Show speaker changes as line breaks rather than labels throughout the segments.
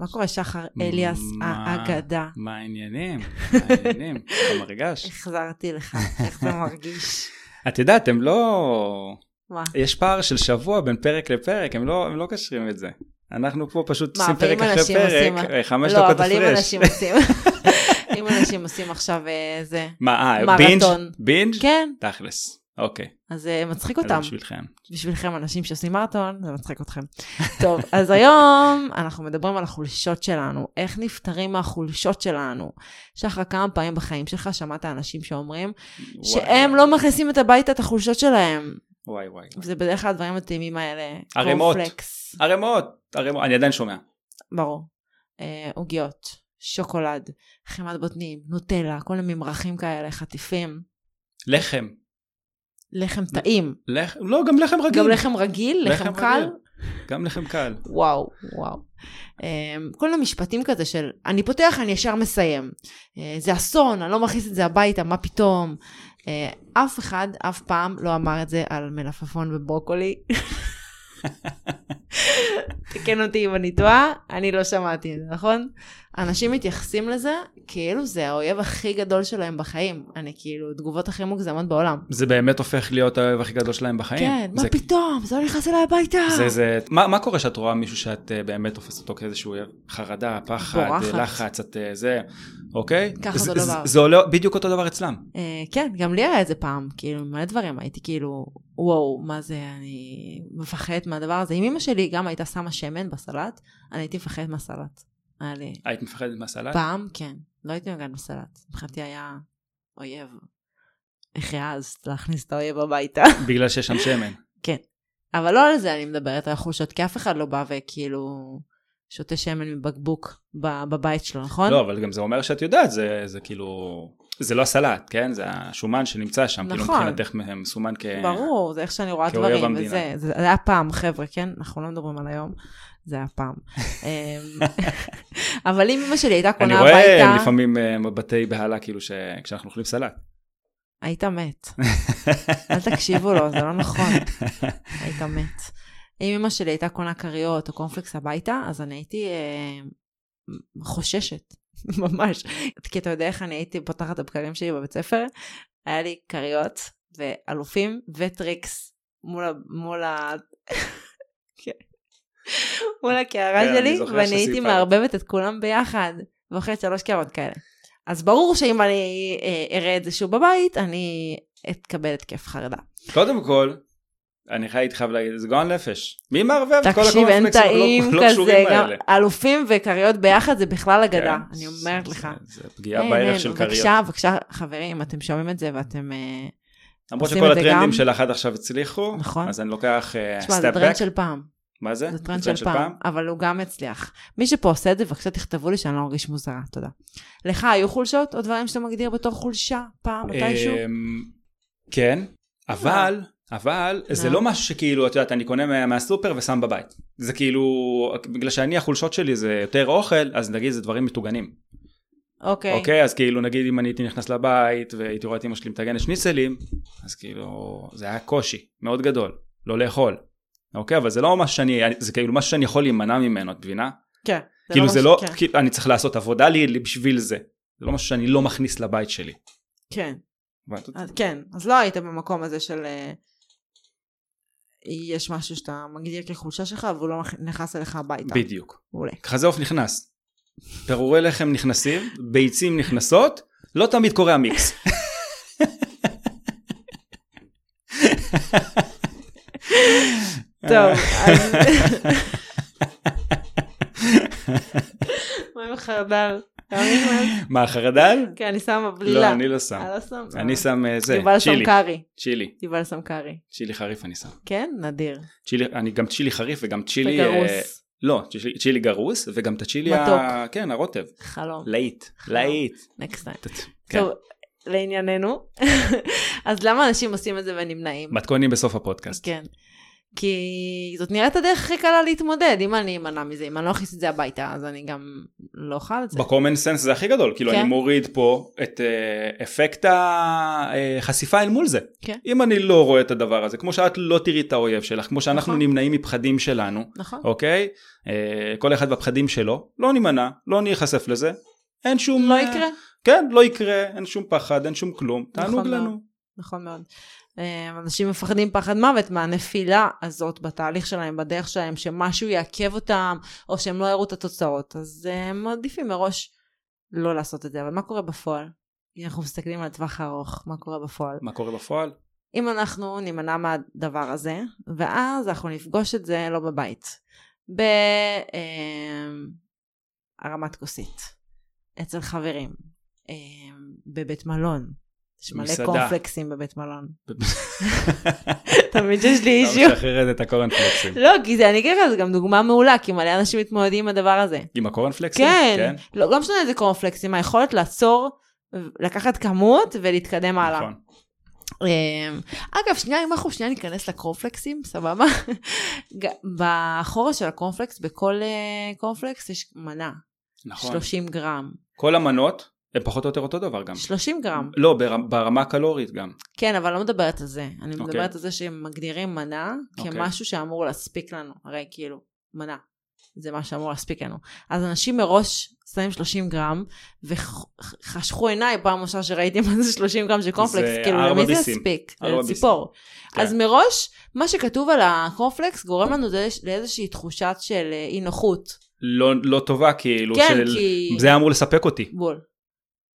מה קורה, שחר אליאס
מה-
האגדה?
מה העניינים? מה העניינים? איך מרגש?
החזרתי לך, איך זה מרגיש?
את יודעת, הם לא...
מה?
יש פער של שבוע בין פרק לפרק, הם לא, הם לא קשרים את זה. אנחנו פה פשוט
מה,
עושים
אבל
פרק
אם
אחרי
אנשים
פרק,
עושים-
אה, חמש
לא,
דקות
אבל אם
הפרש.
אנשים עושים, אם אנשים עושים עכשיו אה, זה,
מה, אה,
מרתון.
בינג'? בינג'?
כן,
תכלס. אוקיי.
אז זה מצחיק
אז
אותם.
בשבילכם.
בשבילכם, אנשים שעושים מרתון, זה מצחיק אתכם. טוב, אז היום אנחנו מדברים על החולשות שלנו, איך נפטרים מהחולשות שלנו. שחר, כמה פעמים בחיים שלך שמעת אנשים שאומרים שהם
וואי,
לא מכניסים את הביתה את החולשות שלהם?
וואי וואי. וואי.
זה בדרך כלל הדברים הטעימים האלה.
ערימות.
קורנפלקס,
ערימות, ערימות, אני עדיין שומע.
ברור. אה, עוגיות, שוקולד, חמת בוטנים, נוטלה, כל מיני ממרחים כאלה, חטיפים.
לחם.
לחם טעים.
לחם, לא, גם לחם רגיל.
גם לחם רגיל, לחם קל.
רגיל. גם לחם קל.
וואו, וואו. אמ, כל המשפטים כזה של אני פותח, אני ישר מסיים. אה, זה אסון, אני לא מכניס את זה הביתה, מה פתאום? אה, אף אחד אף פעם לא אמר את זה על מלפפון וברוקולי. תקן אותי אם אני טועה, אני לא שמעתי את זה, נכון? אנשים מתייחסים לזה כאילו זה האויב הכי גדול שלהם בחיים. אני כאילו, תגובות הכי מוגזמות בעולם.
זה באמת הופך להיות האויב הכי גדול שלהם בחיים.
כן, מה
זה-
פתאום? זה לא נכנס אליי הביתה.
זה זה מה, מה קורה שאת רואה מישהו שאת אה, באמת תופסת אותו כאיזשהו אויב? חרדה, פחד, אה,
בורחת.
לחץ, את אה, זה, אוקיי?
ככה
זה
אותו דבר.
זה עולה בדיוק אותו דבר אצלם.
אה, כן, גם לי היה את זה פעם, כאילו, מלא דברים, הייתי כאילו, וואו, מה זה, אני מפחדת מהדבר הזה. אם אמא שלי גם הייתה שמה שמן בסלט, אני הייתי מפחדת מהסלט. היה לי,
היית מפחדת מהסלט?
פעם, כן, לא הייתי מגעת בסלט. מבחינתי היה אויב. איך העזת להכניס את האויב הביתה?
בגלל שיש שם שמן.
נכון. אבל לא על זה אני מדברת, על חולשות, כי אף אחד לא בא וכאילו שותה שמן מבקבוק ב- בבית שלו, נכון?
לא, אבל גם זה אומר שאת יודעת, זה, זה כאילו... זה לא הסלט, כן? זה השומן שנמצא שם. כאילו
נכון.
מבחינתך מ- מסומן כ...
ברור, זה איך שאני רואה
כאויב
דברים,
המדינה.
וזה, זה זה היה פעם, חבר'ה, כן? אנחנו לא מדברים על היום, זה היה פעם. אמ, אבל אם אמא שלי הייתה
אני
קונה
רואה
הביתה,
לפעמים אה, מבטי בהלה, כאילו, שכשאנחנו אוכלים סלט.
היית מת. אל תקשיבו לו, זה לא נכון. היית מת. אם אמא שלי הייתה קונה כריות או קורנפלקס הביתה, אז אני הייתי אה, חוששת, ממש. כי אתה יודע איך אני הייתי פותחת את הבקרים שלי בבית ספר? היה לי כריות ואלופים וטריקס מול, ה- מול, ה... כן. מול הקערה
כן, אני
שלי,
זוכר
ואני הייתי
שסיפרת.
מערבבת את כולם ביחד, ואוכלת שלוש קערות כאלה. אז ברור שאם אני אה, אראה את זה שוב בבית, אני אתקבל התקף חרדה.
קודם כל, אני חי- חייב להגיד, זה גאון נפש. מי מערבב את כל
תקשיב, אין
הקורנפלקסים הלא-
טעים
לא
כזה,
קשורים
גם
האלה?
אלופים וכריות ביחד זה בכלל אגדה,
כן.
אני אומרת
זה-
לך.
זה זה פגיעה
אין,
בערך
אין,
של כריות.
בבקשה, בבקשה, חברים, אתם שומעים את זה ואתם... אה,
למרות
עושים
שכל
את זה
הטרנדים
גם.
שלך עד עכשיו הצליחו,
נכון.
אז אני לוקח
תשמע, זה
סטאפ
טרנד
בק.
של פעם.
מה זה?
זה טרנד של פעם, אבל הוא גם הצליח. מי שפה עושה את זה, בבקשה תכתבו לי שאני לא ארגיש מוזרה, תודה. לך היו חולשות או דברים שאתה מגדיר בתור חולשה פעם, מתישהו?
אמ, כן, אבל, אבל זה
מה?
לא משהו שכאילו, את יודעת, אני קונה מה- מהסופר ושם בבית. זה כאילו, בגלל שאני החולשות שלי זה יותר אוכל, אז נגיד זה דברים מטוגנים.
אוקיי.
אוקיי, אז כאילו נגיד אם אני הייתי נכנס לבית והייתי רואה את אמא שלי מטגנת שניצלים, אז כאילו זה היה קושי מאוד גדול, לא לאכול. אוקיי, אבל זה לא משהו שאני, זה כאילו משהו שאני יכול להימנע ממנו, את מבינה?
כן.
כאילו זה
משהו-
לא,
כן,
כאילו אני צריך לעשות עבודה לי לי בשביל זה. זה לא משהו שאני לא מכניס לבית שלי.
כן,
הבנת אותי?
אז- כן. אז לא היית במקום הזה של... אה, יש משהו שאתה מגדיר כחולשה שלך והוא לא נכנס אליך הביתה.
בדיוק.
מעולה.
ככה זה עוף נכנס. פירורי לחם נכנסים, ביצים נכנסות, לא תמיד קורה המיקס.
טוב, אז... מה עם החרדל? אתה נכנס?
מה, חרדל?
כן, אני שמה
לא,
בלילה.
אני לא שם.
אה, לא שם?
אני שם אה, זה,
יובל
צ'ילי,
סמקרי.
צ'ילי,
יובל סמקרי.
צ'ילי חריף אני שם.
כן? נדיר.
צ'ילי, אני גם צ'ילי חריף וגם צ'ילי... אה,
וגרוס.
לא, צ'ילי- צ'ילי גרוס, וגם את הצ'ילי... ה-
מתוק.
כן, הרוטב.
חלום.
להיט, להיט.
נקסט טיים.
כן.
טוב, לענייננו. אז למה אנשים עושים את זה ונמנעים?
מתכונים בסוף הפודקאסט.
כן. כי זאת נראית הדרך הכי קלה להתמודד, אם אני אמנע מזה, אם אני לא אכניס את זה הביתה, אז אני גם לא אוכל את זה.
בקומן סנס זה הכי גדול כאילו
כן.
אני מוריד פה את אה, אפקט החשיפה אל מול זה
כן.
אם אני לא רואה את הדבר הזה כמו שאת לא תראי את האויב שלך כמו שאנחנו
נכון.
נמנעים מפחדים שלנו
נכון.
אוקיי אה, כל אחד והפחדים שלו לא נימנע לא ניחשף לזה אין שום
לא יקרה.
כן לא יקרה אין שום פחד אין שום כלום
נכון
תענוג
מאוד.
לנו
נכון מאוד. אה, אנשים מפחדים פחד מוות מהנפילה הזאת בתהליך שלהם, בדרך שלהם, שמשהו יעכב אותם, או שהם לא יראו את התוצאות. אז אה, הם מעדיפים מראש לא לעשות את זה. אבל מה קורה בפועל? אם אנחנו מסתכלים על הטווח הארוך, מה קורה בפועל?
מה קורה בפועל
אם אנחנו נימנע מהדבר הזה, ואז אנחנו נפגוש את זה לא בבית, בהרמת כוסית, אצל חברים, אה, בבית מלון. יש מלא
מסעדה.
קורנפלקסים בבית מלון. תמיד יש לי אישיו.
אתה משחררת את הקורנפלקסים
לא, כי זה, אני אגיד לך, זה גם דוגמה מעולה, כי מלא אנשים מתמודדים עם הדבר הזה.
עם הקורנפלקסים
כן, לא, לא משנה איזה קורנפלקסים, היכולת לעצור, לקחת כמות ולהתקדם הלאה.
נכון.
אמ, אגב, שנייה, אם אנחנו שנייה ניכנס לקורנפלקסים, סבבה? ג- בחורש של הקורנפלקס, בכל אה, קורנפלקס יש מנה,
נכון
30 גרם.
כל המנות הן פחות או יותר אותו דבר גם
30 גרם.
לא ברמה, ברמה הקלורית גם
כן, אבל לא מדברת על זה. אני
אוקיי.
מדברת על זה שהם מגדירים מנה
אוקיי.
כמשהו שאמור להספיק לנו. הרי כאילו, מנה. זה מה שאמור להספיק לנו. אז אנשים מראש שמים 30 גרם, וחשכו עיניי פעם ראשונה שראיתי מה זה 30 גרם של קורנפלקס,
זה
כאילו,
ארבע
למי זה
ביסים.
יספיק?
ארבע
לציפור.
כן.
אז מראש, מה שכתוב על הקורנפלקס גורם לנו לאיז- לאיזושהי תחושת של אה, אי נוחות.
לא, לא טובה כאילו
כן,
של
כי...
זה היה אמור לספק אותי
בול.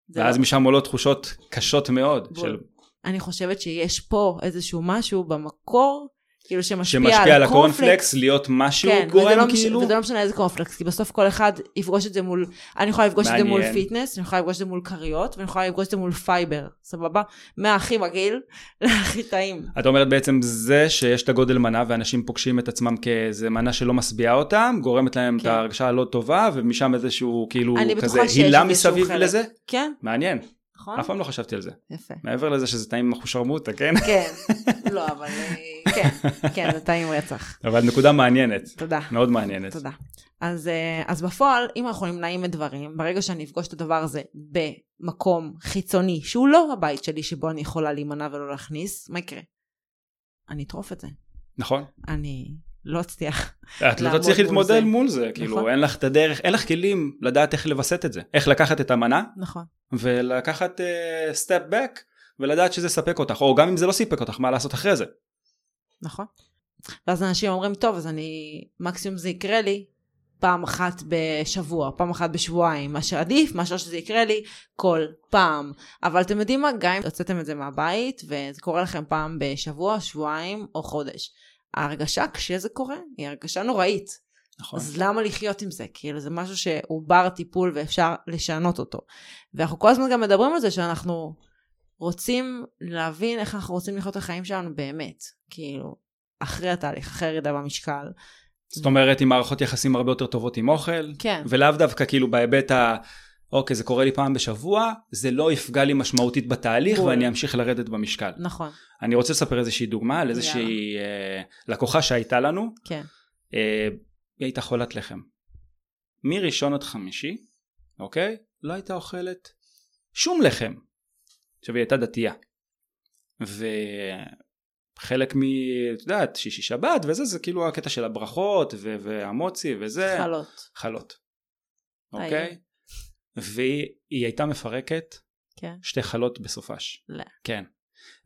זה לא-
ואז משם עולות תחושות קשות מאוד
בול.
של
אני חושבת שיש פה איזשהו משהו במקור, כאילו שמשפיע,
שמשפיע על
הקורנפלקס.
הקורנפלקס להיות משהו
כן, וזה
גורם
לא, מש-
כאילו
וזה לא משנה איזה קורנפלקס, כי בסוף כל אחד יפגוש את זה מול, אני יכולה לפגוש את זה מול
מעניין.
פיטנס, אני יכולה לפגוש את זה מול כריות, ואני יכולה לפגוש את זה מול פייבר, סבבה? מהכי מגעיל להכי טעים.
את אומרת בעצם זה שיש את הגודל מנה ואנשים פוגשים את עצמם כאיזה מנה שלא משביעה אותם גורמת להם את
כן.
ההרגשה הלא טובה ומשם איזשהו כאילו
אני בטוחה
כזה
שיש
הילה
איזשהו
מסביב
חלק.
לזה
כן,
מעניין
נכון?
אף פעם לא חשבתי על זה
יפה.
מעבר לזה שזה טעים עם אחושרמוטה כן
כן, לא, אבל אה, כן, כן, זה טעים רצח.
אבל נקודה מעניינת
תודה.
מאוד מעניינת
תודה. אז, אה, אז בפועל, אם אנחנו נמנעים מדברים, ברגע שאני אפגוש את הדבר הזה במקום חיצוני, שהוא לא הבית שלי, שבו אני יכולה להימנע ולא להכניס, מה יקרה? אני אטרוף את זה.
נכון
אני לא אצליח.
את לא
לעמוד
תצליחי
מול
להתמודד
זה.
מול זה
נכון.
כאילו אין לך את הדרך אין לך כלים לדעת איך לווסת את זה איך לקחת את המנה
נכון.
ולקחת סטאפ uh, back ולדעת שזה ספק אותך או גם אם זה לא סיפק אותך מה לעשות אחרי זה
נכון. ואז אנשים אומרים, טוב, אז אני, מקסימום זה יקרה לי פעם אחת בשבוע, פעם אחת בשבועיים, מה שעדיף, מאשר שזה יקרה לי כל פעם. אבל אתם יודעים מה, גם אם הוצאתם את זה מהבית, וזה קורה לכם פעם בשבוע, שבועיים או חודש. ההרגשה כשזה קורה היא הרגשה נוראית.
נכון
אז למה לחיות עם זה? כאילו זה משהו שהוא בר טיפול ואפשר לשנות אותו. ואנחנו כל הזמן גם מדברים על זה שאנחנו רוצים להבין איך אנחנו רוצים לחיות את החיים שלנו באמת. כאילו, אחרי התהליך, אחרי הירידה במשקל.
זאת אומרת עם מערכות יחסים הרבה יותר טובות עם אוכל
כן.
ולאו דווקא כאילו בהיבט ה... אוקיי זה קורה לי פעם בשבוע זה לא יפגע לי משמעותית בתהליך
בול.
ואני אמשיך לרדת במשקל.
נכון,
אני רוצה לספר איזושהי דוגמה על איזושהי אה, לקוחה שהייתה לנו
כן.
אה, היא הייתה חולת לחם. מראשון עד חמישי, אוקיי? לא הייתה אוכלת שום לחם. עכשיו היא הייתה דתייה. וחלק מ... את יודעת, שישי שבת וזה, זה כאילו הקטע של הברכות ו- והמוצי וזה.
חלות.
חלות.
היי.
אוקיי? והיא היא הייתה מפרקת
כן.
שתי חלות בסופש.
לא.
כן.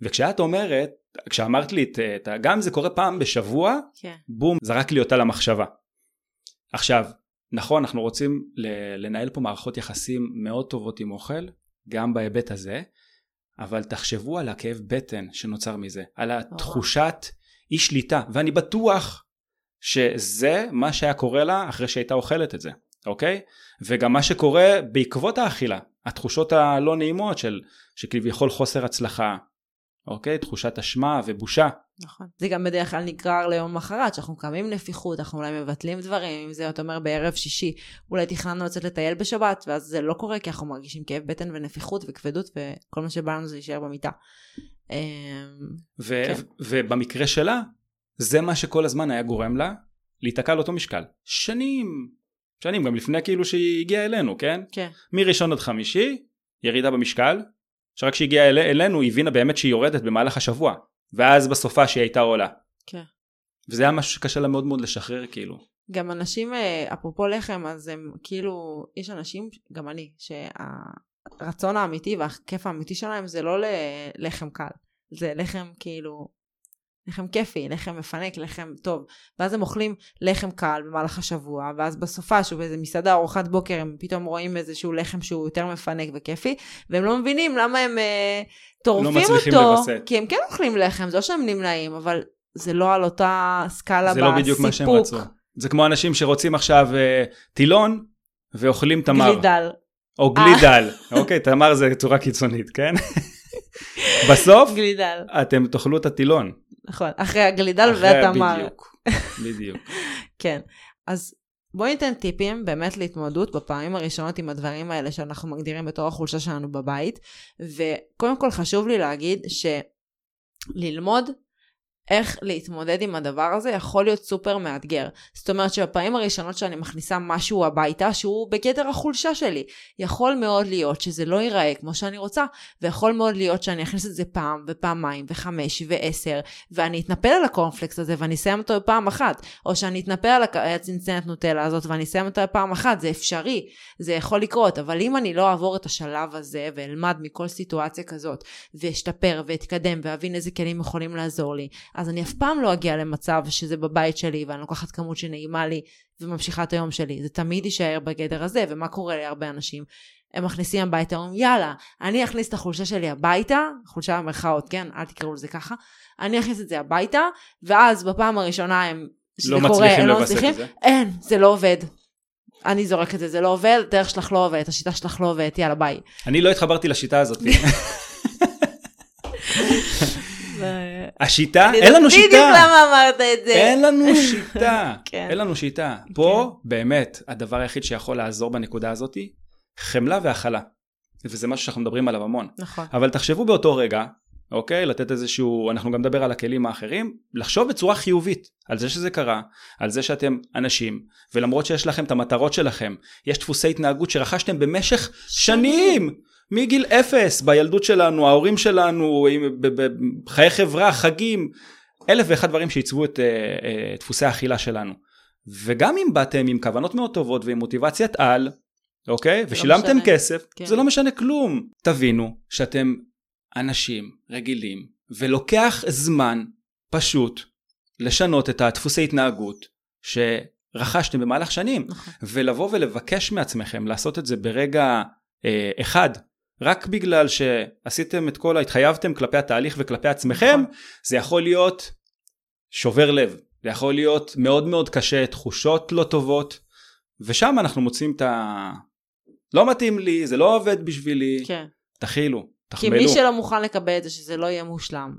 וכשאת אומרת, כשאמרת לי את- את ה... גם אם זה קורה פעם בשבוע,
כן.
בום, זרק לי אותה למחשבה. עכשיו, נכון, אנחנו רוצים ל- לנהל פה מערכות יחסים מאוד טובות עם אוכל, גם בהיבט הזה, אבל תחשבו על הכאב בטן שנוצר מזה, על התחושת אי שליטה, ואני בטוח שזה מה שהיה קורה לה אחרי שהייתה אוכלת את זה, אוקיי? וגם מה שקורה בעקבות האכילה, התחושות הלא נעימות של שכביכול חוסר הצלחה, אוקיי? תחושת אשמה ובושה.
נכון. זה גם בדרך כלל נגרר ליום אחרת, שאנחנו קמים עם נפיחות, אנחנו אולי מבטלים דברים, אם זה, אתה אומר, בערב שישי, אולי תכננו לצאת לטייל בשבת, ואז זה לא קורה, כי אנחנו מרגישים כאב בטן ונפיחות וכבדות, וכל מה שבא לנו זה להישאר במיטה. אמ,
ו-
כן.
כן. ובמקרה שלה זה מה שכל הזמן היה גורם לה להיתקע על אותו משקל. שנים. שנים, גם לפני כאילו שהיא הגיעה אלינו, כן?
כן.
מראשון עד חמישי, ירידה במשקל, שרק כשהיא הגיעה אל, אלינו היא הבינה באמת שהיא יורדת במהלך השבוע, ואז בסופה שהיא הייתה עולה.
כן.
וזה היה משהו שקשה לה מאוד מאוד לשחרר כאילו.
גם אנשים, אה, אפרופו לחם, אז הם כאילו, יש אנשים, גם אני, שהרצון האמיתי והכיף האמיתי שלהם זה לא ללחם קל, זה לחם כאילו, לחם כיפי, לחם מפנק, לחם טוב. ואז הם אוכלים לחם קל במהלך השבוע, ואז בסופה, שהוא באיזה מסעדה, ארוחת בוקר, הם פתאום רואים איזשהו לחם שהוא יותר מפנק וכיפי, והם לא מבינים למה הם אה, טורפים
לא מצליחים
אותו,
לווסת.
כי הם כן אוכלים לחם, זה לא שהם נמנעים, אבל... זה לא על אותה סקאלה
זה
בסיפוק.
לא בדיוק מה שהם רצו. זה כמו אנשים שרוצים עכשיו אה, טילון ואוכלים תמר.
גלידל.
או גלידל. אוקיי, תמר זה צורה קיצונית, כן? בסוף
גלידל,
אתם תאכלו את הטילון.
נכון. אחרי הגלידל
אחרי
והתמר.
בדיוק, בדיוק.
כן. אז בואי ניתן טיפים באמת להתמודדות בפעמים הראשונות עם הדברים האלה שאנחנו מגדירים בתור החולשה שלנו בבית. וקודם כל חשוב לי להגיד שללמוד איך להתמודד עם הדבר הזה יכול להיות סופר מאתגר. זאת אומרת שבפעמים הראשונות שאני מכניסה משהו הביתה שהוא בגדר החולשה שלי, יכול מאוד להיות שזה לא ייראה כמו שאני רוצה, ויכול מאוד להיות שאני אכניס את זה פעם ופעמיים וחמש ועשר, ואני אתנפל על הקורנפלקס הזה ואני אסיים אותו בפעם אחת, או שאני אתנפל על הק- הצנצנת נוטלה הזאת ואני אסיים אותה בפעם אחת, זה אפשרי, זה יכול לקרות, אבל אם אני לא אעבור את השלב הזה ואלמד מכל סיטואציה כזאת, ואשתפר ואתקדם ואבין איזה כלים יכולים לעזור לי, אז אני אף פעם לא אגיע למצב שזה בבית שלי ואני לוקחת כמות שנעימה לי וממשיכה את היום שלי. זה תמיד יישאר בגדר הזה, ומה קורה להרבה אנשים? הם מכניסים הביתה, אומרים יאללה, אני אכניס את החולשה שלי הביתה, חולשה במרכאות, כן? אל תקראו לזה ככה. אני אכניס את זה הביתה, ואז בפעם הראשונה הם, שזה קורה,
לא מצליחים
הם לא
לווסת
מצליחים,
את זה.
אין, זה לא עובד. אני זורק את זה, זה לא עובד, הדרך שלך לא עובדת, השיטה שלך לא עובדת, יאללה ביי.
אני לא התחברתי לשיטה הזאת. השיטה, אה, אין לנו
לא בדיוק
שיטה.
למה אמרת את זה.
אין לנו שיטה,
כן.
אין לנו שיטה. פה באמת הדבר היחיד שיכול לעזור בנקודה הזאתי, חמלה והכלה. וזה משהו שאנחנו מדברים עליו המון.
נכון.
אבל תחשבו באותו רגע, אוקיי? לתת איזשהו, אנחנו גם נדבר על הכלים האחרים, לחשוב בצורה חיובית על זה שזה קרה, על זה שאתם אנשים, ולמרות שיש לכם את המטרות שלכם, יש דפוסי התנהגות שרכשתם במשך שנים. מגיל אפס, בילדות שלנו, ההורים שלנו, עם- ב- ב- בחיי חברה, חגים, אלף ואחד דברים שעיצבו את אה, אה, דפוסי האכילה שלנו. וגם אם באתם עם כוונות מאוד טובות ועם מוטיבציית על, אוקיי? ושילמתם
משנה.
כסף,
כן.
זה לא משנה כלום. תבינו שאתם אנשים רגילים, ולוקח זמן פשוט לשנות את הדפוסי התנהגות שרכשתם במהלך שנים,
נכון.
ולבוא ולבקש מעצמכם לעשות את זה ברגע אה, אחד. רק בגלל שעשיתם את כל, ה- התחייבתם כלפי התהליך וכלפי עצמכם,
נכון.
זה יכול להיות שובר לב, זה יכול להיות מאוד מאוד קשה, תחושות לא טובות, ושם אנחנו מוצאים את ה... לא מתאים לי, זה לא עובד בשבילי,
כן.
תכילו,
כי
תחמלו.
מי שלא מוכן לקבל את זה שזה לא יהיה מושלם,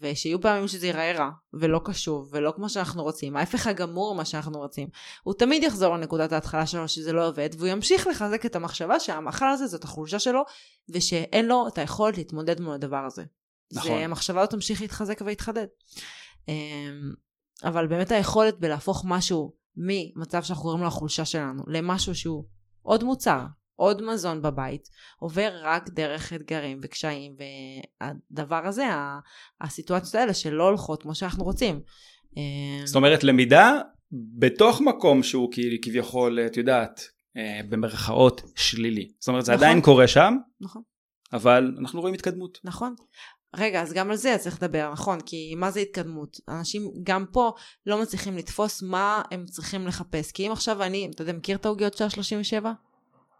ושיהיו פעמים שזה ייראה רע, ולא קשוב, ולא כמו שאנחנו רוצים, ההפך הגמור ממה שאנחנו רוצים, הוא תמיד יחזור לנקודת ההתחלה שלו שזה לא עובד, והוא ימשיך לחזק את המחשבה שהמאכל הזה זאת החולשה שלו, ושאין לו את היכולת להתמודד מול הדבר הזה.
נכון.
זה, המחשבה הזאת תמשיך להתחזק ולהתחדד. אמ, אבל באמת היכולת בלהפוך משהו ממצב שאנחנו קוראים לו החולשה שלנו, למשהו שהוא עוד מוצר, עוד מזון בבית, עובר רק דרך אתגרים וקשיים, והדבר הזה, ה- הסיטואציות האלה שלא הולכות כמו שאנחנו רוצים. אה,
זאת אומרת, למידה בתוך מקום שהוא כאילו- כביכול, את יודעת, אה, במרכאות שלילי. זאת אומרת, זה
נכון.
עדיין קורה שם,
נכון.
אבל אנחנו רואים התקדמות.
נכון. רגע, אז גם על זה צריך לדבר, נכון? כי מה זה התקדמות? אנשים גם פה לא מצליחים לתפוס מה הם צריכים לחפש. כי אם עכשיו אני, אתה יודע, מכיר את העוגיות של ה-37?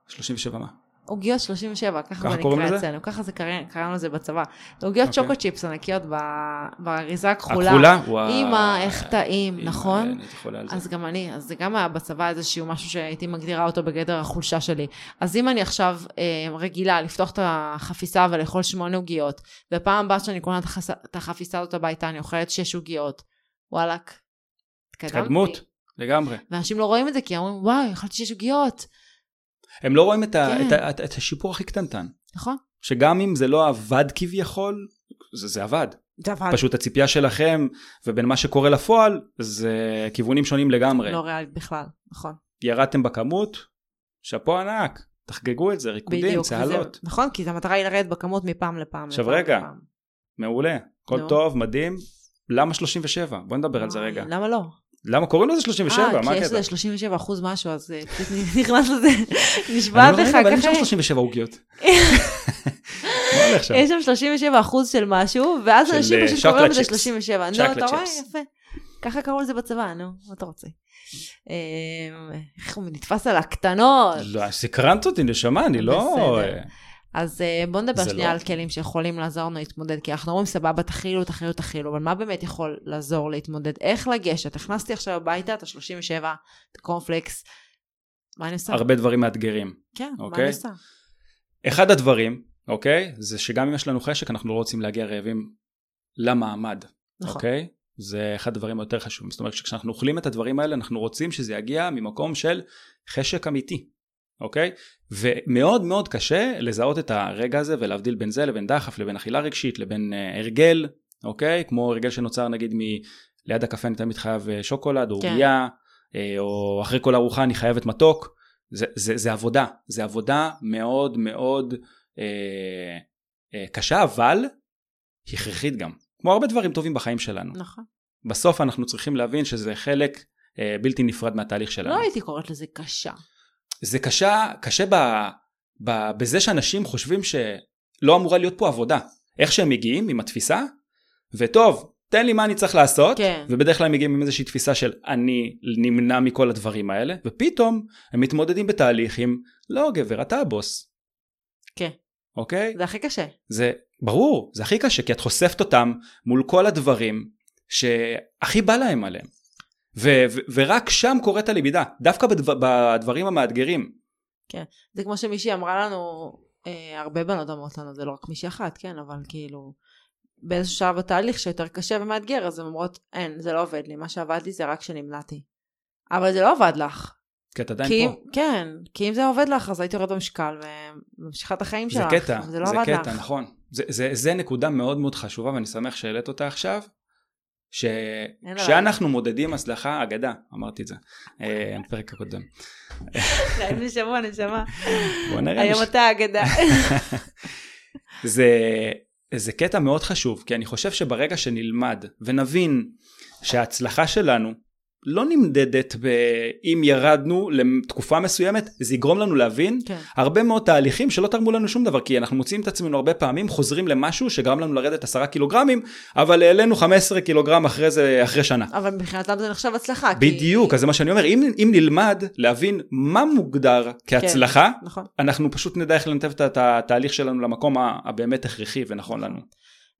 37 מה?
עוגיות 37,
ככה
ככה זה
קוראים
נקרא
לזה?
אצלנו, ככה זה קרא- קראנו לזה בצבא. זה עוגיות
אוקיי.
שוקו צ'יפס ענקיות ב- באריזה הכחולה.
הכחולה? וואי.
אימא, איך טעים,
אימא,
נכון?
אני הייתי חולה על זה.
אז גם אני, אז זה גם היה בצבא איזשהו משהו שהייתי מגדירה אותו בגדר החולשה שלי. אז אם אני עכשיו אה, רגילה לפתוח את החפיסה ולאכול שמונה עוגיות, ופעם הבאה שאני קונה את החס- את החפיסה הזאת הביתה, אני אוכלת שש עוגיות. וואלכ, התקדמתי.
התקדמות, לגמרי.
ואנשים לא רואים את זה כי אומרים, וואי, אכלתי שש עוגיות,
הם לא רואים את, ה,
כן.
את, ה, את, ה- את השיפור הכי קטנטן.
נכון?
שגם אם זה לא עבד כביכול, זה, זה עבד.
אבל
פשוט הציפייה שלכם ובין מה שקורה לפועל זה כיוונים שונים לגמרי.
לא ריאלית בכלל, נכון.
ירדתם בכמות, שאפו ענק, תחגגו את זה, ריקודים,
בדיוק. וזה-
צהלות.
נכון, כי המטרה היא לרדת בכמות מפעם לפעם.
עכשיו
לפעם
רגע,
לפעם.
מעולה, הכל
נו.
טוב, מדהים. למה 37? בוא נדבר על זה
וואי,
רגע.
למה לא?
למה קוראים לזה
אה,
37? מה
כי יש
הקטע?
לזה 37 אחוז משהו, אז אה, פשוט נכנס לזה,
אני
נשבעת
לא
לך,
ראיתי, אבל אין שם
ככה,
37 עוגיות. מה הולך שם?
יש שם 37 אחוז של משהו, ואז
של,
אנשים
אה,
פשוט
שוקולד
קוראים לזה
צ'יפס.
37. נו,
שוקולד
אתה רואה?
צ'יפס.
יפה. ככה קראו לזה בצבא, נו, מה אתה רוצה? אה, איך הוא נתפס על הקטנות.
לא, סקרנת אותי, נשמה, אני לא...
בסדר. אז אה, בוא נדבר
זה
שנייה
לא.
על כלים שיכולים לעזור לנו להתמודד, כי אנחנו אומרים סבבה, תכילו, תכילו, תכילו, אבל מה באמת יכול לעזור להתמודד? איך לגשת? הכנסתי עכשיו הביתה את ה-37, את הקורנפלקס, מה אני עושה?
הרבה דברים מאתגרים.
כן, מה
אוקיי.
אני עושה?
אחד הדברים, אוקיי, זה שגם אם יש לנו חשק, אנחנו לא רוצים להגיע רעבים למעמד,
נכון.
אוקיי? זה אחד הדברים היותר חשובים. זאת אומרת שכשאנחנו אוכלים את הדברים האלה, אנחנו רוצים שזה יגיע ממקום של חשק אמיתי, אוקיי? ומאוד מאוד קשה לזהות את הרגע הזה ולהבדיל בין זה לבין דחף, לבין אכילה רגשית, לבין אה, הרגל, אוקיי? כמו הרגל שנוצר נגיד מ... ליד הקפה אני תמיד חייב אה, שוקולד, או
כן.
עוגיה, אה, או אחרי כל ארוחה אני חייב את מתוק. זה, זה, זה עבודה, זה עבודה מאוד מאוד אה, אה, קשה, אבל הכרחית גם. כמו הרבה דברים טובים בחיים שלנו.
נכון.
בסוף אנחנו צריכים להבין שזה חלק אה, בלתי נפרד מהתהליך שלנו.
לא הייתי קוראת לזה קשה.
זה קשה, קשה ב, ב, בזה שאנשים חושבים שלא אמורה להיות פה עבודה. איך שהם מגיעים עם התפיסה, וטוב, תן לי מה אני צריך לעשות,
כן.
ובדרך כלל הם מגיעים עם איזושהי תפיסה של אני נמנע מכל הדברים האלה, ופתאום הם מתמודדים בתהליך עם לא גבר, אתה הבוס.
כן.
אוקיי?
זה הכי קשה.
זה ברור, זה הכי קשה, כי את חושפת אותם מול כל הדברים שהכי בא להם עליהם. ו- ו- ורק שם קורית הלמידה, דווקא בדבר- בדברים המאתגרים.
זה כמו שמישהי אמרה לנו, אה, הרבה בנות אמרות לנו, זה לא רק מישהי אחת, כן, אבל כאילו, באיזשהו שלב בתהליך שיותר קשה ומאתגר, אז הן אומרות, אין, זה לא עובד לי, מה שעבד לי זה רק שנמנעתי. אבל זה לא עבד לך.
כי את עדיין
כי אם,
פה.
כן, כי אם זה עובד לך, אז היית יורדת במשקל וממשיכה את החיים
זה
שלך.
קטע,
אבל
זה,
זה לא עבד
קטע,
לך.
נכון. זה, זה, זה נקודה מאוד מאוד חשובה ואני שמח שהעלית אותה עכשיו.
עליי.
שכשאנחנו מודדים הצלחה, אגדה, אמרתי את זה, אה, בפרק הקודם.
איזה שבוע נשמה.
בוא נראה.
היום
נש-
אתה אגדה.
זה, זה קטע מאוד חשוב, כי אני חושב שברגע שנלמד ונבין שההצלחה שלנו לא נמדדת באם ירדנו לתקופה מסוימת, זה יגרום לנו להבין
כן.
הרבה מאוד תהליכים שלא תרמו לנו שום דבר, כי אנחנו מוצאים את עצמנו הרבה פעמים חוזרים למשהו שגרם לנו לרדת 10 קילוגרמים, אבל העלינו 15 קילוגרם אחרי זה, אחרי שנה.
אבל מבחינתם זה נחשב הצלחה. כי-
בדיוק, אז זה מה שאני אומר, אם, אם נלמד להבין מה מוגדר כהצלחה,
נכון.
אנחנו פשוט נדע איך לנתב את ה- התהליך שלנו למקום ה- הבאמת הכרחי ונכון לנו.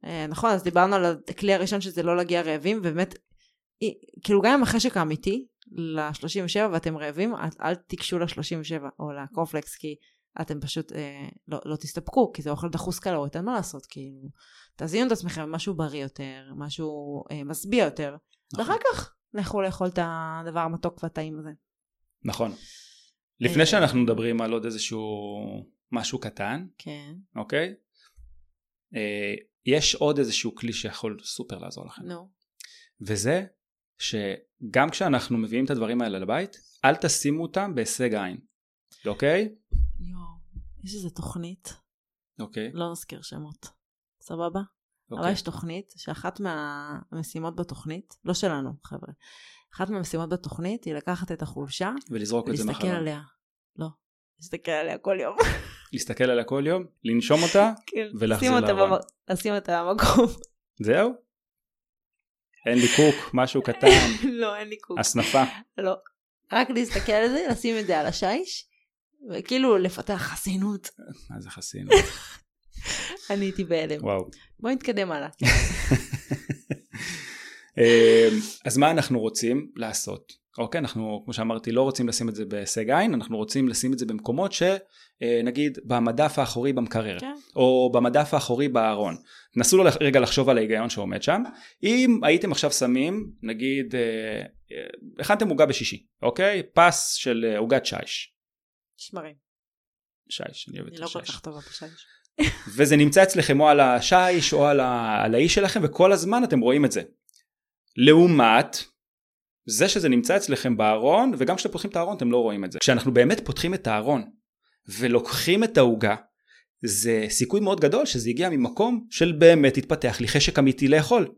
אה, נכון, אז דיברנו על הכלי הראשון שזה לא להגיע רעבים, ובאמת, אי- כאילו גם עם החשק האמיתי ל-37 ואתם רעבים, אל- אל תיגשו ל-37 או לקורפלקס, כי אתם פשוט אה, לא, לא תסתפקו, כי זה אוכל דחוס קלורית, אין מה לעשות, כאילו, תזינו את עצמכם במשהו בריא יותר, משהו אה, משביע יותר,
נכון.
ואחר כך לכו לאכול את הדבר המתוק והטעים הזה.
נכון.
אה,
לפני שאנחנו מדברים על עוד איזשהו משהו קטן,
כן,
אוקיי? אה, יש עוד איזשהו כלי שיכול סופר לעזור לכם,
נו.
וזה שגם כשאנחנו מביאים את הדברים האלה לבית, אל תשימו אותם בהישג עין, אוקיי?
יואו, יש איזו תוכנית,
אוקיי.
לא נזכיר שמות, סבבה? אבל
אוקיי.
יש תוכנית, שאחת מהמשימות בתוכנית, לא שלנו, חבר'ה, אחת מהמשימות בתוכנית היא לקחת את החולשה
ולזרוק את אוקיי, זה
ולהסתכל
מחלום.
עליה. לא, להסתכל עליה כל יום.
להסתכל עליה כל יום, לנשום אותה,
כן,
ולהחזיר
שים אותה
לארון.
במ- לשים אותה במקום.
זהו. אין לי קוק, משהו קטן,
לא, אין לי קוק.
הסנפה.
לא. רק להסתכל על זה, לשים את זה על השיש, וכאילו לפתח חסינות.
מה זה חסינות?
אני הייתי בהלם.
וואו. כן.
בואי נתקדם הלאה.
אמ, אז מה אנחנו רוצים לעשות? אוקיי, אנחנו, כמו שאמרתי, לא רוצים לשים את זה בהישג עין, אנחנו רוצים לשים את זה במקומות שנגיד במדף האחורי במקרר,
כן.
או במדף האחורי בארון. נסו לו לח- רגע לחשוב על ההיגיון שעומד שם. אם הייתם עכשיו שמים, נגיד, אה, אה, הכנתם עוגה בשישי, אוקיי? פס של אה, עוגת שיש.
שמרים.
שיש, אני אוהב
אני
את
לא כל
השיש.
כך טובה בשיש.
וזה נמצא אצלכם או על השיש או על, ה... על האיש שלכם, וכל הזמן אתם רואים את זה. לעומת זה שזה נמצא אצלכם בארון, וגם כשאתם פותחים את הארון אתם לא רואים את זה. כשאנחנו באמת פותחים את הארון ולוקחים את העוגה, זה סיכוי מאוד גדול שזה הגיע ממקום של באמת התפתח לי חשק אמיתי לאכול.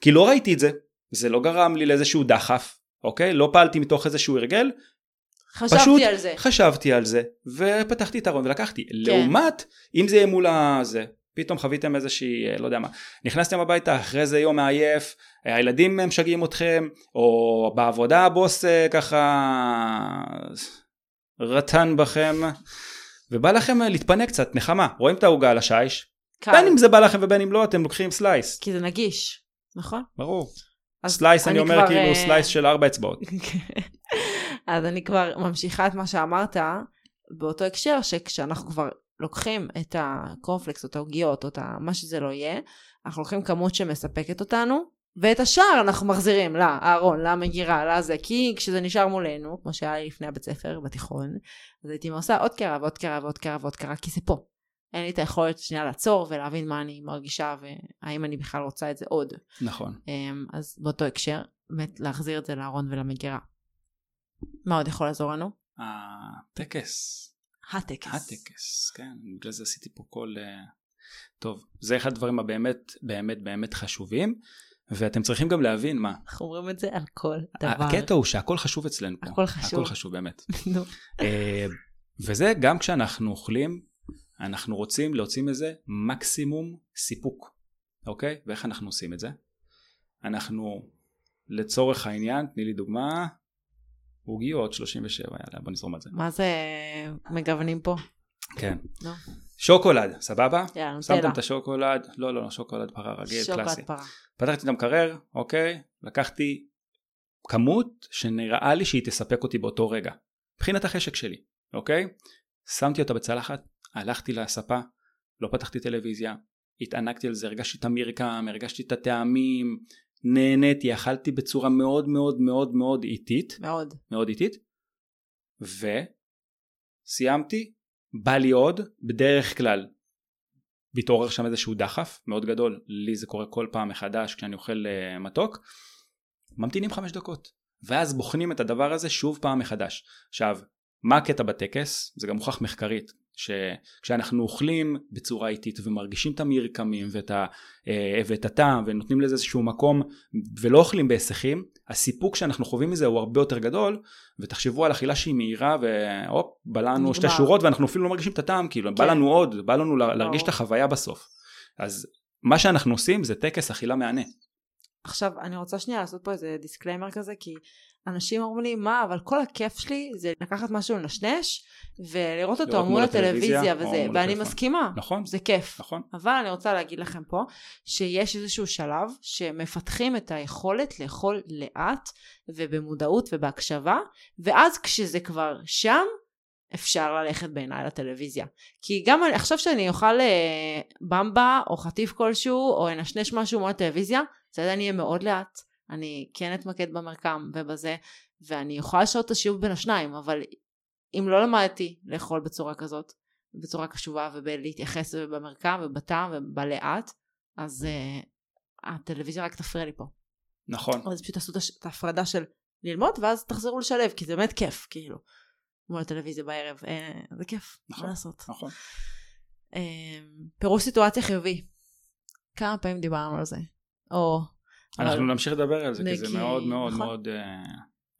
כי לא ראיתי את זה, זה לא גרם לי לאיזשהו דחף, אוקיי? לא פעלתי מתוך איזשהו הרגל, פשוט
חשבתי על זה.
חשבתי על זה, ופתחתי את הארון ולקחתי. כן. לעומת, אם זה יהיה מול הזה, פתאום חוויתם איזושהי, אה, לא יודע מה, נכנסתם הביתה, אחרי זה יום מעייף, אה, הילדים אה, משגעים אתכם, או בעבודה הבוס אה, ככה רטן בכם, ובא לכם אה, להתפנק קצת, נחמה, רואים את העוגה על השיש?
קל.
בין אם זה בא לכם ובין אם לא, אתם לוקחים סלייס,
כי זה נגיש, נכון?
ברור.
אז
סלייס, אני
אני
אומר
כבר,
כאילו
אה,
סלייס של ארבע אצבעות.
אז אני כבר ממשיכה את מה שאמרת באותו הקשר, שכשאנחנו כבר לוקחים את הקורנפלקס או את העוגיות או את ה- מה שזה לא יהיה, אנחנו לוקחים כמות שמספקת אותנו, ואת השאר אנחנו מחזירים לארון, למגירה, לזה, כי כשזה נשאר מולנו, כמו שהיה לי לפני הבית ספר, בתיכון, אז הייתי עושה עוד קערה ועוד קערה ועוד קערה ועוד קערה, כי זה פה. אין לי את היכולת שנייה לעצור ולהבין מה אני מרגישה והאם אני בכלל רוצה את זה עוד.
נכון.
אמ, אז באותו הקשר, באמת להחזיר את זה לארון ולמגירה. מה עוד יכול לעזור לנו?
הטקס.
הטקס.
הטקס, כן, בגלל זה עשיתי פה כל... אה, טוב, זה אחד הדברים הבאמת באמת באמת חשובים, ואתם צריכים גם להבין מה.
אנחנו אומרים את זה על כל דבר.
הקטע הוא שהכל חשוב אצלנו פה.
הכל חשוב.
הכל חשוב באמת.
נו,
אה, וזה גם כשאנחנו אוכלים, אנחנו רוצים להוציא מזה מקסימום סיפוק, אוקיי? ואיך אנחנו עושים את זה? אנחנו, לצורך העניין, תני לי דוגמה, עוגיות 37, יאללה, בוא נזרום על זה.
מה זה מגוונים פה? לא.
כן.
נו.
שוקולד, סבבה?
יאללה, נוטלה.
שמתם את השוקולד, לא לא לא שוקולד פרה רגיל, קלאסי.
שוקולד פרה.
פתחתי את המקרר, אוקיי, לקחתי כמות שנראה לי שהיא תספק אותי באותו רגע, מבחינת החשק שלי, אוקיי? שמתי אותה בצלחת, הלכתי לספה, לא פתחתי טלוויזיה, התענגתי על זה, הרגשתי את המרקם, הרגשתי את הטעמים, נהניתי, אכלתי בצורה מאוד מאוד מאוד מאוד איטית,
מאוד.
מאוד איטית, וסיימתי, בא לי עוד, בדרך כלל מתעורר שם איזשהו דחף מאוד גדול, לי זה קורה כל פעם מחדש כשאני אוכל אה, מתוק, ממתינים חמש דקות, ואז בוחנים את הדבר הזה שוב פעם מחדש. עכשיו, מה הקטע בטקס? זה גם מוכח מחקרית. שכשאנחנו אוכלים בצורה איטית ומרגישים את המרקמים ואת, ה, אה, ואת הטעם ונותנים לזה איזשהו מקום ולא אוכלים בהיסחים, הסיפוק שאנחנו חווים מזה הוא הרבה יותר גדול ותחשבו על אכילה שהיא מהירה והופ, בא לנו
נגמר.
שתי שורות ואנחנו אפילו לא מרגישים את הטעם, כאילו בא
כן.
לנו עוד, בא לנו לה- להרגיש את
ברור.
החוויה בסוף. אז מה שאנחנו עושים זה טקס אכילה מהנה.
עכשיו, אני רוצה שנייה לעשות פה איזה דיסקליימר כזה, כי אנשים אומרים לי, מה, אבל כל הכיף שלי זה לקחת משהו לנשנש, ולראות אותו
לראות
מול
מול הטלוויזיה
הטלוויזיה
או
וזה,
מול
ואני
הטלפון.
מסכימה.
נכון?
זה כיף.
נכון?
אבל אני רוצה להגיד לכם פה שיש איזשהו שלב שמפתחים את היכולת לאכול לאט ובמודעות ובהקשבה, ואז כשזה כבר שם, אפשר ללכת בעיניי לטלוויזיה. כי גם אני, עכשיו שאני אוכל אה, במבה או חטיף כלשהו או אנשנש משהו מול הטלוויזיה, זה עדיין יהיה מאוד לאט. אני כן אתמקד במרקם ובזה, ואני יכולה לשאול את השיעור בין השניים, אבל אם לא למדתי לאכול בצורה כזאת, בצורה קשובה ובלהתייחס ובמרקם ובטעם ובלאט, אז uh, הטלוויזיה רק תפריע לי פה.
נכון.
אז פשוט תעשו את הש- את ההפרדה של ללמוד ואז תחזרו לשלב, כי זה באמת כיף, כאילו. מול הטלוויזיה בערב, אה, זה כיף,
נכון.
מה לעשות.
נכון.
אה, פירוש סיטואציה חיובי. כמה פעמים דיברנו על זה? או...
אנחנו
אבל-
נמשיך לדבר על זה, כי
נקי,
זה מאוד מאוד
נכון.
מאוד אה,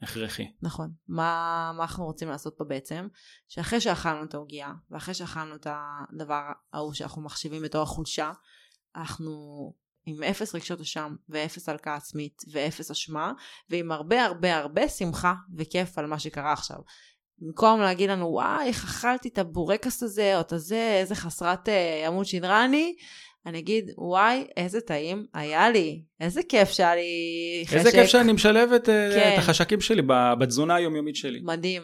הכרחי.
נכון. מה, מה אנחנו רוצים לעשות פה בעצם? שאחרי שאכלנו את העוגייה, ואחרי שאכלנו את הדבר ההוא שאנחנו מחשיבים בתור החולשה, אנחנו עם אפס רגשות אשם, ואפס הלקאה עצמית, ואפס אשמה, ועם הרבה הרבה הרבה שמחה וכיף על מה שקרה עכשיו. במקום להגיד לנו, וואי, איך אכלתי את הבורקס הזה, או את הזה, איזה חסרת אה, עמוד שדרה אני, אני אגיד, וואי, איזה טעים היה לי, איזה כיף שהיה לי חשק.
איזה כיף שאני משלב את, אה,
כן.
את החשקים שלי ב- בתזונה היומיומית שלי.
מדהים.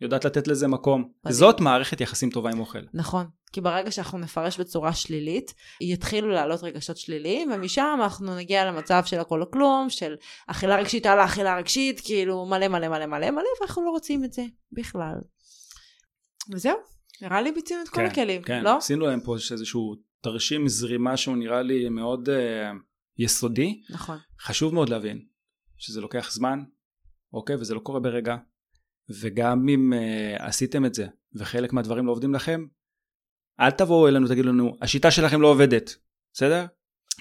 יודעת לתת לזה מקום.
מדהים.
זאת מערכת יחסים טובה עם אוכל.
נכון, כי ברגע שאנחנו נפרש בצורה שלילית, יתחילו לעלות רגשות שליליים, ומשם אנחנו נגיע למצב של הכל או כלום, של אכילה רגשית על האכילה רגשית, כאילו מלא מלא מלא מלא מלא, ואנחנו לא רוצים את זה בכלל. וזהו, נראה לי ביצינו את כל
כן,
הכלים,
כן,
לא?
עשינו להם פה איזשהו תרשים זרימה שהוא נראה לי מאוד אה, יסודי.
נכון.
חשוב מאוד להבין שזה לוקח זמן, אוקיי? וזה לא קורה ברגע. וגם אם אה, עשיתם את זה וחלק מהדברים לא עובדים לכם, אל תבואו אלינו תגידו לנו, השיטה שלכם לא עובדת, בסדר?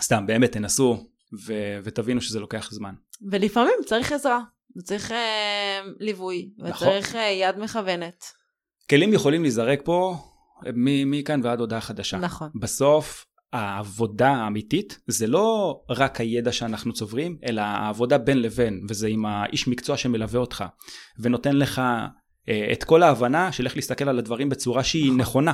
סתם, באמת, תנסו ו- ותבינו שזה לוקח זמן.
ולפעמים צריך עזרה, וצריך אה, ליווי,
נכון.
וצריך אה, יד מכוונת.
כלים יכולים להיזרק פה מ- מכאן ועד הודעה חדשה.
נכון.
בסוף העבודה האמיתית זה לא רק הידע שאנחנו צוברים, אלא העבודה בין לבין, וזה עם האיש מקצוע שמלווה אותך, ונותן לך אה, את כל ההבנה של איך להסתכל על הדברים בצורה שהיא נכונה,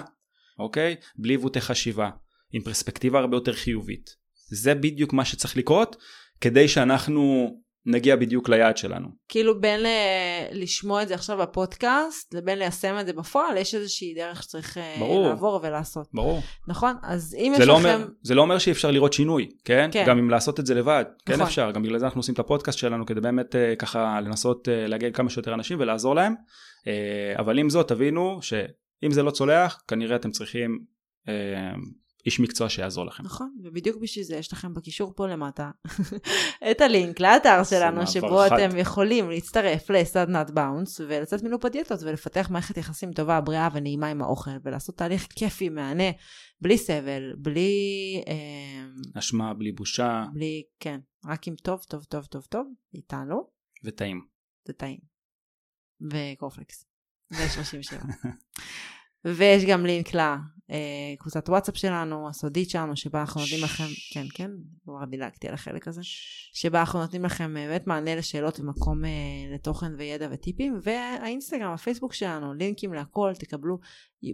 אוקיי? בלי עיוותי חשיבה, עם פרספקטיבה הרבה יותר חיובית. זה בדיוק מה שצריך לקרות, כדי שאנחנו נגיע בדיוק ליעד שלנו.
כאילו בין ל- לשמוע את זה עכשיו בפודקאסט, לבין ליישם את זה בפועל, יש איזושהי דרך שצריך אה,
ברור.
לעבור ולעשות.
ברור.
נכון? אז אם יש
זה לא,
לכם...
אומר, זה לא אומר שאי אפשר לראות שינוי, כן?
כן.
כן. גם אם לעשות את זה לבד, כן
נכון.
אפשר, גם בגלל זה אנחנו עושים את הפודקאסט שלנו, כדי באמת אה, ככה לנסות אה, להגיע לכמה שיותר אנשים ולעזור להם. אה, אבל עם זאת, תבינו שאם זה לא צולח, כנראה אתם צריכים אה, איש מקצוע שיעזור לכם.
נכון, ובדיוק בשביל זה יש לכם בקישור פה למטה את הלינק לאתר
זה
שלנו,
מעבר
שבו
חד.
אתם יכולים להצטרף לסדנת באונס ולצאת מלופ הדיאטות ולפתח מערכת יחסים טובה, בריאה ונעימה עם האוכל, ולעשות תהליך כיפי, מהנה, בלי סבל, בלי... אה,
אשמה בלי בושה
בלי, כן, רק עם טוב, טוב, טוב, טוב, טוב, איתנו,
וטעים.
זה טעים. וקורפלקס. זה 37. ויש גם לינק לקבוצת וואטסאפ שלנו, הסודית שלנו, שבה אנחנו נותנים לכם, כן, כן, כבר דילגתי על החלק הזה, שבה אנחנו נותנים לכם אה, באמת מענה לשאלות ומקום אה, לתוכן וידע וטיפים, והאינסטגרם, הפייסבוק שלנו, לינקים להכל, תקבלו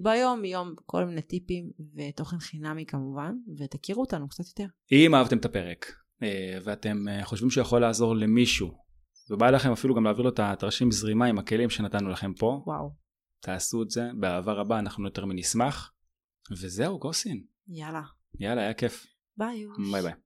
ביום יום כל מיני טיפים ותוכן חינמי כמובן, ותכירו אותנו קצת יותר.
אם אהבתם את הפרק, אה, ואתם אה, חושבים שיכול לעזור למישהו, ובא לכם אפילו גם להעביר לו את התרשים זרימה עם הכלים שנתנו לכם פה,
וואו.
תעשו את זה, באהבה רבה אנחנו יותר מנשמח. וזהו, גוסין.
יאללה.
יאללה, היה כיף.
ביי. יוש.
ביי ביי.